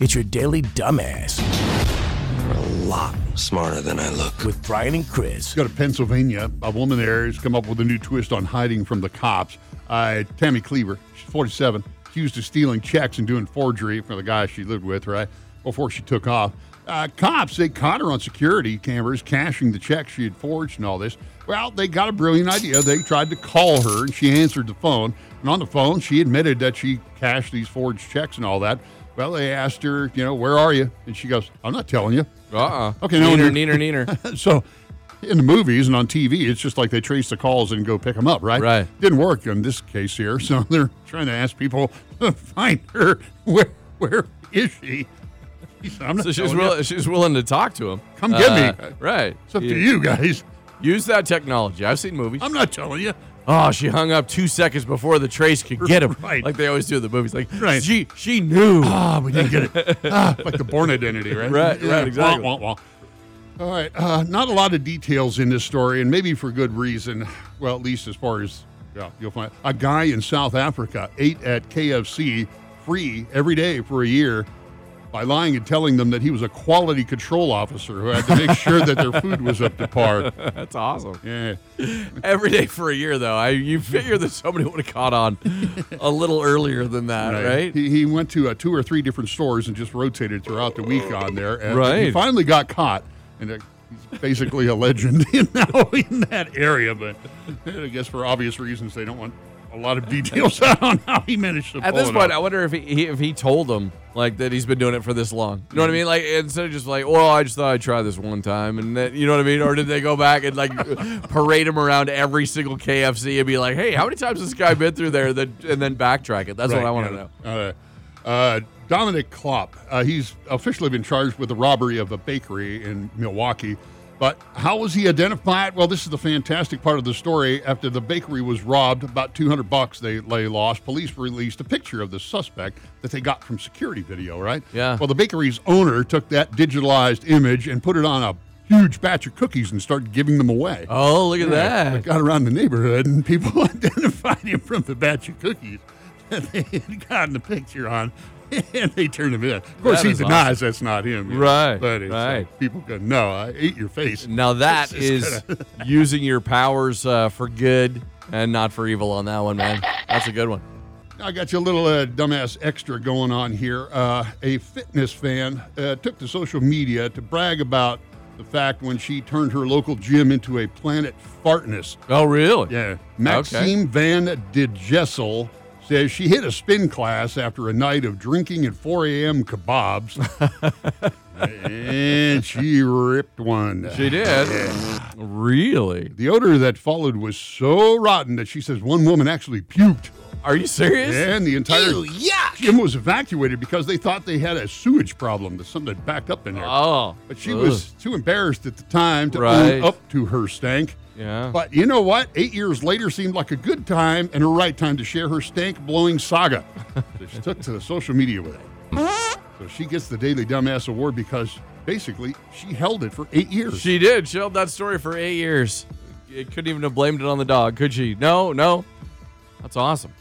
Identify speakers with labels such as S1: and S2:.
S1: It's your daily dumbass
S2: lot smarter than I look.
S1: with Brian and Chris.
S3: Go to Pennsylvania. A woman there has come up with a new twist on hiding from the cops. Uh, Tammy Cleaver, she's 47, accused of stealing checks and doing forgery from the guy she lived with, right? Before she took off. Uh, cops, they caught her on security cameras cashing the checks she had forged and all this. Well, they got a brilliant idea. They tried to call her and she answered the phone. And on the phone, she admitted that she cashed these forged checks and all that. Well, they asked her, you know, where are you? And she goes, I'm not telling you.
S4: Uh-uh.
S3: Okay, no one-
S4: neener, neener, neener.
S3: So in the movies and on TV, it's just like they trace the calls and go pick them up, right?
S4: Right.
S3: Didn't work in this case here. So they're trying to ask people to find her. Where where is she? She said, I'm not
S4: So she's
S3: telling
S4: will,
S3: you.
S4: she's willing to talk to him. Uh,
S3: Come get me.
S4: Right.
S3: It's up to you guys.
S4: Use that technology. I've seen movies.
S3: I'm not telling you.
S4: oh, she hung up two seconds before the trace could get him.
S3: Right.
S4: Like they always do in the movies. Like
S3: Right.
S4: she she knew.
S3: Ah, we didn't get it. Ah, like the born identity, right?
S4: Right, right,
S3: Wah,
S4: exactly.
S3: wah, wah. All right. Uh, not a lot of details in this story, and maybe for good reason. Well, at least as far as yeah, you'll find a guy in South Africa ate at KFC free every day for a year by lying and telling them that he was a quality control officer who had to make sure that their food was up to par.
S4: That's awesome.
S3: Yeah.
S4: Every day for a year though. I you figure that somebody would have caught on a little earlier than that, right?
S3: He, he went to uh, two or three different stores and just rotated throughout the week on there. And He
S4: Right.
S3: finally got caught, and uh, he's basically a legend in, now in that area. But I guess for obvious reasons, they don't want a lot of details out on how he managed to.
S4: At
S3: pull
S4: this
S3: it
S4: point, I
S3: off.
S4: wonder if he, he if he told them like that he's been doing it for this long. You know what I mean? Like instead of just like, well, I just thought I'd try this one time, and then, you know what I mean? Or did they go back and like parade him around every single KFC and be like, hey, how many times has this guy been through there? That and then backtrack it. That's what I want to know.
S3: know. uh, Dominic Klopp, uh, he's officially been charged with the robbery of a bakery in Milwaukee. But how was he identified? Well, this is the fantastic part of the story. After the bakery was robbed, about 200 bucks they lay lost. Police released a picture of the suspect that they got from security video, right?
S4: Yeah.
S3: Well, the bakery's owner took that digitalized image and put it on a huge batch of cookies and started giving them away.
S4: Oh, look at
S3: I
S4: that!
S3: got around the neighborhood and people identified him from the batch of cookies that they had gotten a picture on and they turned him in. Of course,
S4: That
S3: he
S4: is
S3: denies that's not him. you know,
S4: Right,
S3: But it's, uh,
S4: right.
S3: people go, no, I ate your face.
S4: Now that
S3: This is
S4: is using your powers uh, for good and not for evil on that one, man. That's a good one.
S3: I got you a little uh, dumbass extra going on here. Uh, a fitness fan uh, took to social media to brag about the fact when she turned her local gym into a planet fartness.
S4: Oh, really?
S3: Yeah. Maxime Van Digessel says she hit a spin class after a night of drinking at 4 a.m. kebabs. and she ripped one.
S4: She did. Really?
S3: the odor that followed was so rotten that she says one woman actually puked.
S4: Are you serious?
S3: And the entire gym was evacuated because they thought they had a sewage problem. There's something that backed up in there.
S4: Oh,
S3: But she
S4: Ugh.
S3: was too embarrassed at the time to
S4: Right.
S3: own up to her stank.
S4: Yeah.
S3: But you know what? Eight years later seemed like a good time and a right time to share her stank blowing saga. so she took to the social media with it. So she gets the Daily Dumbass Award because basically she held it for eight years.
S4: She did. She held that story for eight years. It couldn't even have blamed it on the dog, could she? No, no. That's awesome.